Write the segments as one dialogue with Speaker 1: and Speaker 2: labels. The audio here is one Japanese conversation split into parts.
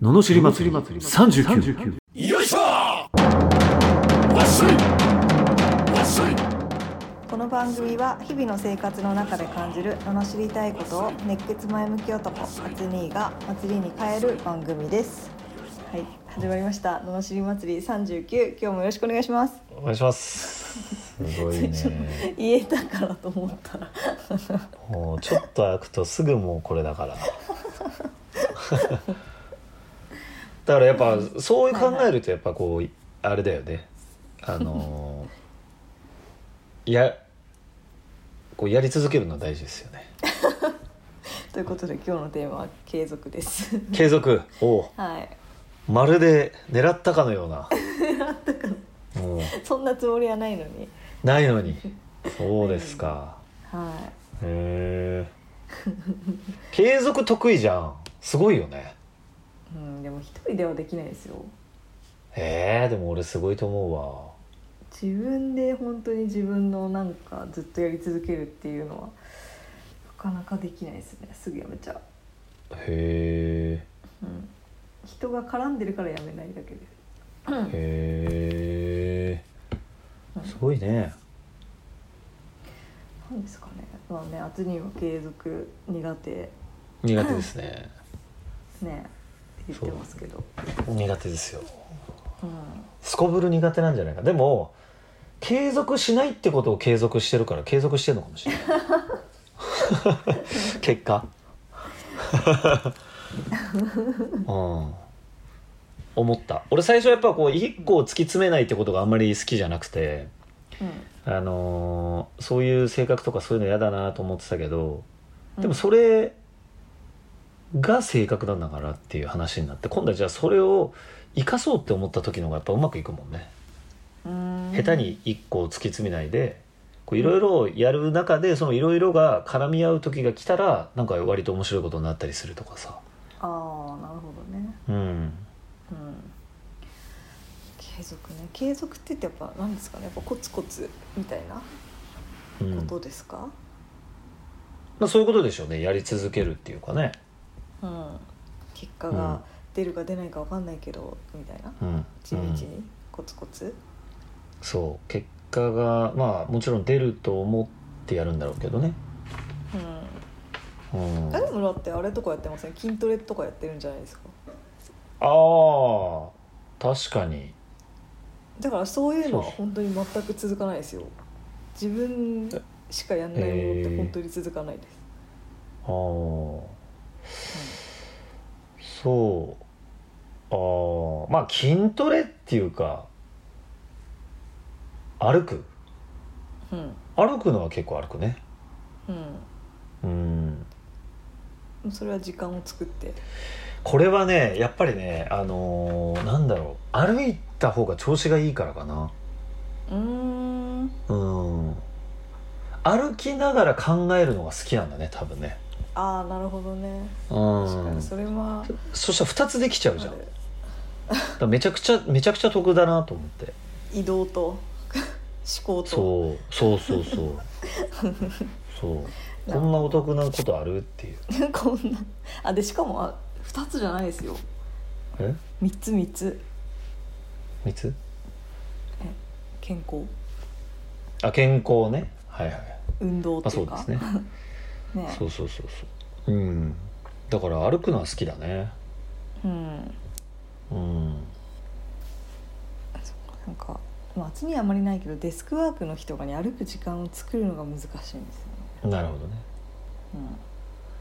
Speaker 1: ののしり祭り39
Speaker 2: よいしょわっしょいわっしょい
Speaker 3: この番組は日々の生活の中で感じる罵りたいことを熱血前向き男マツニーが祭りに変える番組ですはい始まりました罵り祭り39今日もよろしくお願いします
Speaker 4: お願いします。
Speaker 2: すごいね
Speaker 3: 言えたからと思ったら
Speaker 4: もうちょっと開くとすぐもうこれだから。だからやっぱそういう考えるとやっぱこうあれだよね。あのーやこうやり続けるのは大事ですよね。
Speaker 3: ということで今日のテーマは継続です
Speaker 4: 継続を
Speaker 3: はい
Speaker 4: まるで狙ったかのよう な。もう
Speaker 3: そんなつもりはないのに
Speaker 4: ないのに。そうですか。
Speaker 3: は
Speaker 4: へえ。継続得意じゃん。すごいよね。
Speaker 3: い、うん、でも一人ではできないですよ
Speaker 4: えー、でも俺すごいと思うわ。
Speaker 3: 自分で本当に自分のなんかずっとやり続けるっていうのはなかなかできないですねすぐやめちゃう
Speaker 4: へ
Speaker 3: うん、人が絡んでるからやめないだけで
Speaker 4: えへえすごいね
Speaker 3: なんですかねまあね厚には継続苦手ね
Speaker 4: 苦手ですね
Speaker 3: って言ってますけど
Speaker 4: 苦手ですよ
Speaker 3: うん
Speaker 4: すこぶる苦手なんじゃないかでも継続しないってことを継続してるから継続してるのかも しれない結果うん思った俺最初やっぱこう一個を突き詰めないってことがあんまり好きじゃなくてあのーそういう性格とかそういうの嫌だなと思ってたけど
Speaker 3: うん
Speaker 4: でもそれが性格なんだからっていう話になって今度はじゃあそれを生かそうって思った時の方がやっぱうまくいくもんね、
Speaker 3: うん
Speaker 4: 下手に一個を突き詰めないでこういろいろやる中でそのいろいろが絡み合う時が来たらなんか割と面白いことになったりするとかさ
Speaker 3: ああなるほどね
Speaker 4: うん
Speaker 3: うん継続ね継続って言ってやっぱ何ですかねやっぱコツコツみたいな
Speaker 4: う
Speaker 3: こ
Speaker 4: ん
Speaker 3: とですか
Speaker 4: まあ、そういうことでしょうねやり続けるっていうかね
Speaker 3: うん、結果
Speaker 4: うん
Speaker 3: が出るか出ないか分かんないけどみたいな
Speaker 4: うん
Speaker 3: 地道
Speaker 4: うん
Speaker 3: にコツコツ
Speaker 4: そう結果がまあもちろん出ると思ってやるんだろうけどね、
Speaker 3: うん
Speaker 4: うん、
Speaker 3: あ
Speaker 4: あ
Speaker 3: でもだってあれとかやってません筋トレとかやってるんじゃないですか
Speaker 4: あ確かに
Speaker 3: だからそういうのは
Speaker 4: そう
Speaker 3: 本当に全く続かないですよ自分しかやんないものって本当に続かないです、
Speaker 4: ああ、そうああまあ筋トレっていうか歩く
Speaker 3: うん
Speaker 4: 歩くのは結構歩くねう
Speaker 3: う
Speaker 4: ん
Speaker 3: んそれは時間を作って
Speaker 4: これはねやっぱりねあのーなんだろう歩いた方が調子がいいからかな
Speaker 3: うーん
Speaker 4: うん歩きながら考えるのが好きなんだね多分ね
Speaker 3: ああなるほどね確か
Speaker 4: う
Speaker 3: に
Speaker 4: ん
Speaker 3: それは
Speaker 4: そしたら2つできちゃ
Speaker 3: あ
Speaker 4: うじゃん
Speaker 3: る
Speaker 4: だからめちゃくちゃめちゃくちゃ得だなと思って
Speaker 3: 移動と 思考と
Speaker 4: そうそうそうそうそうこんなお得なことあるっていう
Speaker 3: こんなあでしかもあ2つじゃないですよ
Speaker 4: え
Speaker 3: 3つ3つ
Speaker 4: 三つ
Speaker 3: 健康
Speaker 4: あ健康ねはいはい
Speaker 3: 運動
Speaker 4: まあ
Speaker 3: って
Speaker 4: そ
Speaker 3: い
Speaker 4: ううで
Speaker 3: か
Speaker 4: すね
Speaker 3: ね
Speaker 4: そうそうそうそううんだから歩くのは好きだね
Speaker 3: うん
Speaker 4: うん
Speaker 3: なんか、まあ、厚にはあまりないけどデスクワークの日とかに歩く時間を作るのが難しいんですよね、
Speaker 4: なるほどね
Speaker 3: うん、
Speaker 4: い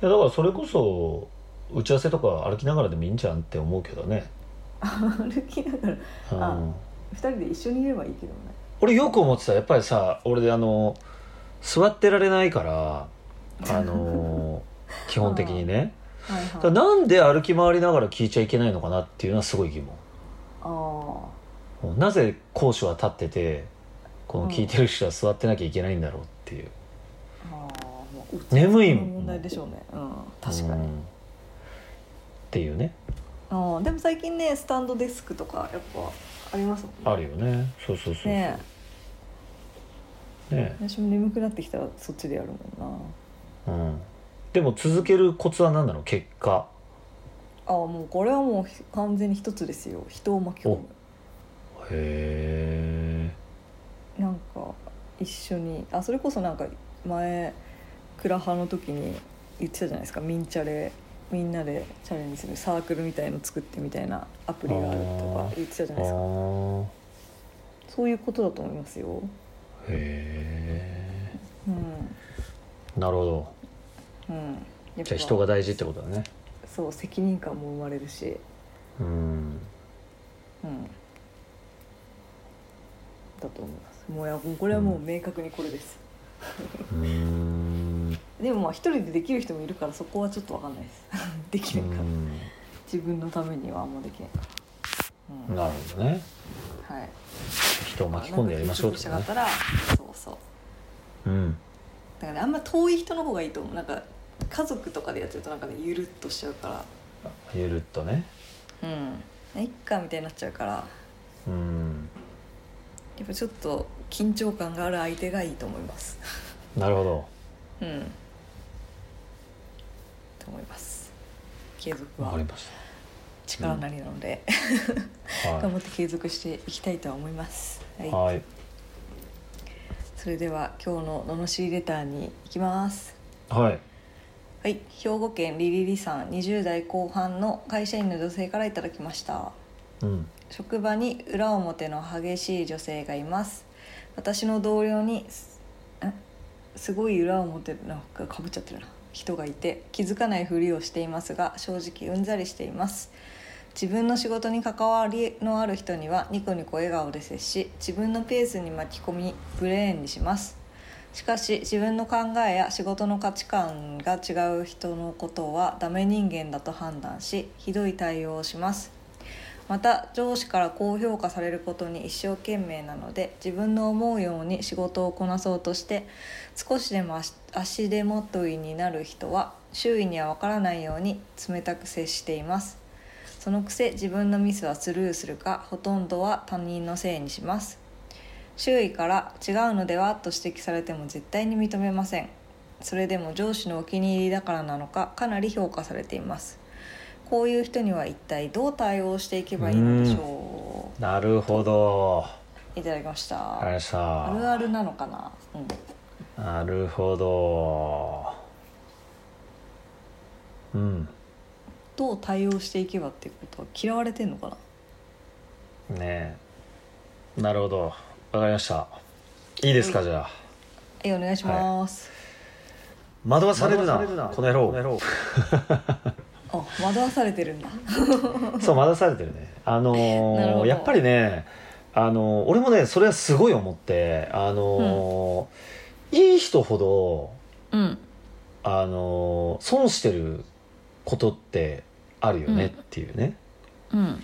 Speaker 4: やだからそれこそ打ち合わせとか歩きながらでもいいんじゃんって思うけどね、
Speaker 3: 歩きながら
Speaker 4: うん、
Speaker 3: あ2人で一緒にいればいいけどね
Speaker 4: 俺よく思ってたやっぱりさ俺であの座ってられないからあの基本的にね
Speaker 3: はい
Speaker 4: だ
Speaker 3: は
Speaker 4: から
Speaker 3: い
Speaker 4: なんで歩き回りながら聞いちゃいけないのかなっていうのはすごい疑
Speaker 3: あ
Speaker 4: 問なぜ講師は立っててこの聞いてる人は座ってなきゃいけないんだろうっていう、
Speaker 3: ーあーもう
Speaker 4: 眠い
Speaker 3: の
Speaker 4: もん
Speaker 3: 問題でしょうね、うん、確か
Speaker 4: う
Speaker 3: に
Speaker 4: んっていうね
Speaker 3: あーでも最近ねスタンドデスクとかやっぱありますもんね
Speaker 4: あるよねそうそうそうそう
Speaker 3: ね
Speaker 4: ねえ
Speaker 3: 私も眠くなってきたらそっちでやるもんな
Speaker 4: うん、でも続けるコツは何なの結果
Speaker 3: あもうこれはもうひ完全に一つですよ人を巻き込む
Speaker 4: へ
Speaker 3: なんか一緒にあそれこそなんか前クラハの時に言ってたじゃないですかミンチャレみんなでチャレンジするサークルみたいの作ってみたいなアプリがあるとか言ってたじ
Speaker 4: え
Speaker 3: ゃないですか
Speaker 4: ー、あ
Speaker 3: そういうことだと思いますよ
Speaker 4: あへ
Speaker 3: うん
Speaker 4: えなるほど
Speaker 3: うんやっ
Speaker 4: じゃ
Speaker 3: ぱ
Speaker 4: あ人が大事ってことだね
Speaker 3: そう責任感も生まれるし
Speaker 4: うん
Speaker 3: うんだと思いますもういやもうこれはもう明確にこれです、
Speaker 4: うーん
Speaker 3: でもまあ一人でできる人もいるからそこはちょっとわかんないです でき
Speaker 4: う
Speaker 3: ないから
Speaker 4: ん
Speaker 3: 自分のためにはあんまできないから、うん
Speaker 4: なるほどね
Speaker 3: はい
Speaker 4: 人を巻き込んでやりましょうと
Speaker 3: と
Speaker 4: か
Speaker 3: か
Speaker 4: ね
Speaker 3: ったらそうそう
Speaker 4: うん
Speaker 3: だから、ね、あんま遠い人の方がいいと思うなんか家族とかでやってるとなんかねゆるっとしちゃうか
Speaker 4: ゆるっとね
Speaker 3: らうんいっかみたいになっちゃうから
Speaker 4: うん
Speaker 3: やっぱちょっと緊張感がある相手がいいと思います
Speaker 4: なるほど
Speaker 3: うんと思います継続
Speaker 4: わかり
Speaker 3: は
Speaker 4: まし
Speaker 3: 力なりなので、
Speaker 4: たは
Speaker 3: 頑張って継続していきたいとは思います、はいい、
Speaker 4: はい
Speaker 3: それでは今日の罵りレターに行きます
Speaker 4: はい
Speaker 3: はい、兵庫県リリリさん20代後半の会社員の女性からいただきました
Speaker 4: うん
Speaker 3: 職場に裏表の激しい女性がいます私の同僚にすんすごい裏表なんかかぶっちゃってるな人がいて気づかないふりをしていますが正直うんざりしています自分の仕事に関わりのある人にはニコニコ笑顔で接し自分のペースに巻き込みブレーンにしますしかし自分の考えや仕事の価値観が違う人のことはダメ人間だと判断しひどい対応をしますまた上司から高評価されることに一生懸命なので自分の思うように仕事をこなそうとして少しでも足足手まといになる人は周囲には分からないように冷たく接していますそのくせ自分のミスはスルーするかほとんどは他人のせいにします周囲から「違うのでは?」と指摘されても絶対に認めませんそれでも上司のお気に入りだからなのかかなり評価されていますこういう人には一体どう対応していけばいいのでしょ
Speaker 4: なるほど
Speaker 3: ういただきました、
Speaker 4: わかりまし
Speaker 3: ある
Speaker 4: た
Speaker 3: あるなのかな、うん、
Speaker 4: なるほどうん
Speaker 3: どう対応していけばっていうことは嫌われてんのかな
Speaker 4: ねえなるほどわかりましたいいですか
Speaker 3: はい
Speaker 4: じゃあ
Speaker 3: えお願いします、
Speaker 4: 惑わされるなこの野郎
Speaker 3: あ惑わされてるんだ
Speaker 4: そう惑わされてるねあのー
Speaker 3: なるほど
Speaker 4: やっぱりねあのー俺もねそれはすごい思ってあのーいい人ほど
Speaker 3: うん
Speaker 4: あのー損してることってあるよねっていうね、
Speaker 3: うん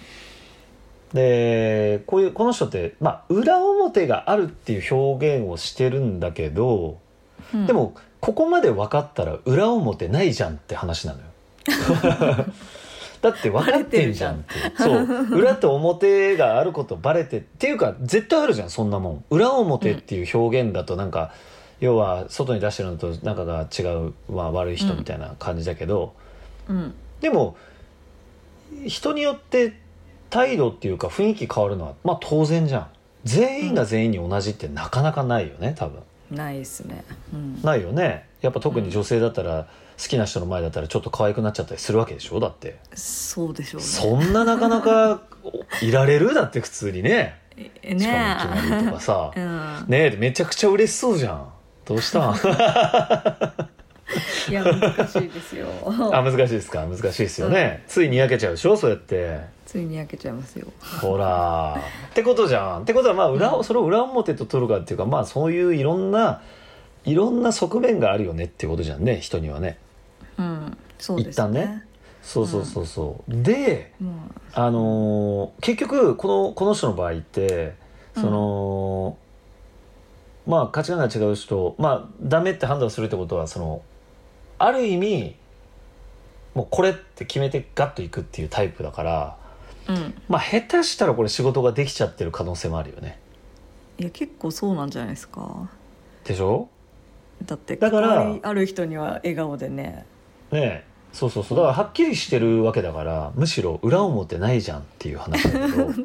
Speaker 4: でこういうこの人って、まあ、裏表があるっていう表現をしてるんだけど、
Speaker 3: うん
Speaker 4: でもここまで分かったら裏表ないじゃんって話なのよ。 だって分かってんじゃんってそう裏と表があることバレてっていうか絶対あるじゃんそんなもん裏表っていう表現だとなんか、要は外に出してるのと中が違う、まあ、悪い人みたいな感じだけど、
Speaker 3: うん
Speaker 4: でも人によって態度っていうか雰囲気変わるのはまあ当然じゃん全員が全員に同じってなかなかないよね多分
Speaker 3: ないですねうん
Speaker 4: ないよねやっぱ特に女性だったら好きな人の前だったらちょっと可愛くなっちゃったりするわけでしょだって
Speaker 3: そうでしょうね
Speaker 4: そんななかなか おいられるだって普通にね
Speaker 3: え
Speaker 4: しかもいきなりと
Speaker 3: ね
Speaker 4: かさ
Speaker 3: え うん
Speaker 4: ねえめちゃくちゃ嬉しそうじゃんどうしたんあ
Speaker 3: いや難しいで すよ
Speaker 4: 難しいですか難しいですよねついにやけちゃうでしょそうやって
Speaker 3: ついに焼けちゃいますよ
Speaker 4: ほらーってことじゃんってことはまあ裏を、それを裏表と取るかっていうかまあそういういろんないろんな側面があるよねっていうことじゃんね人にはね
Speaker 3: うんそうです
Speaker 4: 一旦ねそうそうそうそう、で
Speaker 3: うん
Speaker 4: あのー結局このこの人の場合ってその、まあ価値観が違う人まあダメって判断するってことはそのある意味もうこれって決めてガッといくっていうタイプだから
Speaker 3: うん
Speaker 4: まあ下手したらこれ仕事ができちゃってる可能性もあるよね
Speaker 3: いや結構そうなんじゃないですか
Speaker 4: でしょ
Speaker 3: だって
Speaker 4: だから
Speaker 3: 関わりある人には笑顔でね
Speaker 4: ねえそうそうそうだからはっきりしてるわけだからむしろ裏表ないじゃんっていう話 だけど
Speaker 3: 確か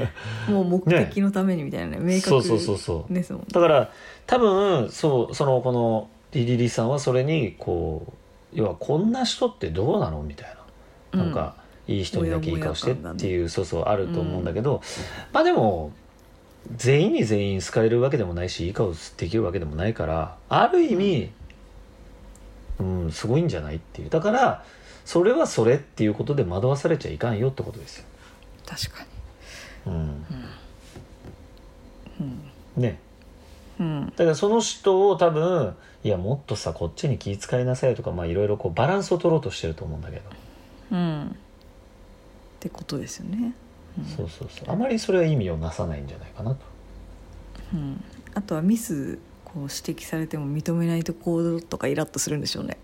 Speaker 3: にもう目的のためにみたいなね明
Speaker 4: そう
Speaker 3: 確
Speaker 4: そうそうそう
Speaker 3: ですもんね
Speaker 4: だから多分そうそのこのリリリさんはそれにこう要はこんな人ってどうなのみたいな、なんかいい人にだけいい顔してっていうそうそうあると思うんだけど、まあでも全員に全員好かれるわけでもないしいい顔できるわけでもないからある意味、うん、すごいんじゃないっていうだからそれはそれっていうことで惑わされちゃいかんよってことですよ。
Speaker 3: 確か
Speaker 4: うん、
Speaker 3: にうん
Speaker 4: ね
Speaker 3: うん
Speaker 4: だからその人を多分いやもっとさこっちに気遣いなさいとかまあいろいろこうバランスを取ろうとしてると思うんだけど、
Speaker 3: うんってことですよね、うん
Speaker 4: そうそうそうあまりそれは意味をなさないんじゃないかなと
Speaker 3: うん、あとはミスこう指摘されても認めないと行動とかイラッとするんでしょうね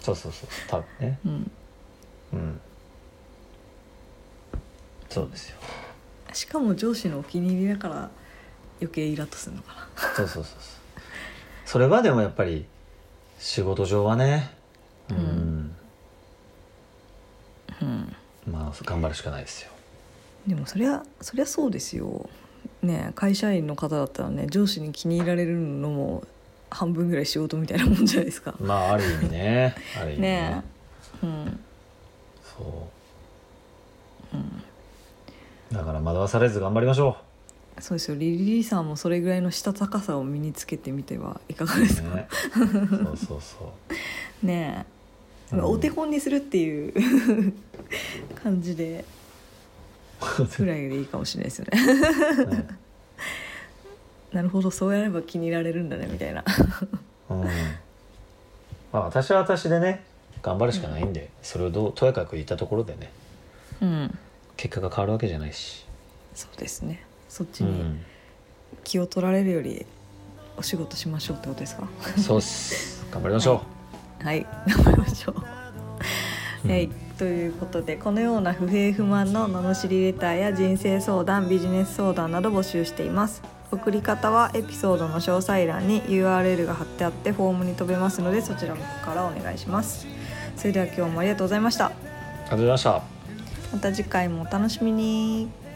Speaker 4: そうそうそう多分ね
Speaker 3: うん
Speaker 4: うんそうですよ
Speaker 3: しかも上司のお気に入りだから余計イラッとするのかな
Speaker 4: そうそうそうそうそれはでもやっぱり仕事上はねうん、
Speaker 3: うん
Speaker 4: まあ頑張るしかないですよ
Speaker 3: でもそりゃそりゃそうですよねえ会社員の方だったらね上司に気に入られるのも半分ぐらい仕事みたいなもんじゃないですか
Speaker 4: まあある意味ねある意味ね
Speaker 3: ねえうん
Speaker 4: そう、だから惑わされず頑張りましょ
Speaker 3: そうですよリリリーさんもそれぐらいのしたたかさを身につけてみてはいかがです
Speaker 4: う、
Speaker 3: かね
Speaker 4: ね、そうそうそう
Speaker 3: え、
Speaker 4: うん
Speaker 3: お手本にするっていう 感じでぐらいでいいかもしれないですよね
Speaker 4: ね
Speaker 3: なるほどそうやれば気に入られるんだねみたいな
Speaker 4: うんまあ私は私でね頑張るしかないんで、それをどうとやかく言ったところでね
Speaker 3: うん
Speaker 4: 結果が変わるわけじゃないし、
Speaker 3: そうですねそっち
Speaker 4: う
Speaker 3: に
Speaker 4: ん、
Speaker 3: 気を取られるよりお仕事しましょうってことですか
Speaker 4: そうっす頑張りましょ
Speaker 3: はい頑張りましょう。
Speaker 4: うん
Speaker 3: はい、ということでこのような不平不満の罵りレターや人生相談ビジネス相談など募集しています送り方はエピソードの詳細欄に URL が貼ってあってフォームに飛べますのでそちらからお願いしますそれでは今日もありがとうございました
Speaker 4: う、ありがとうございました
Speaker 3: また次回もお楽しみに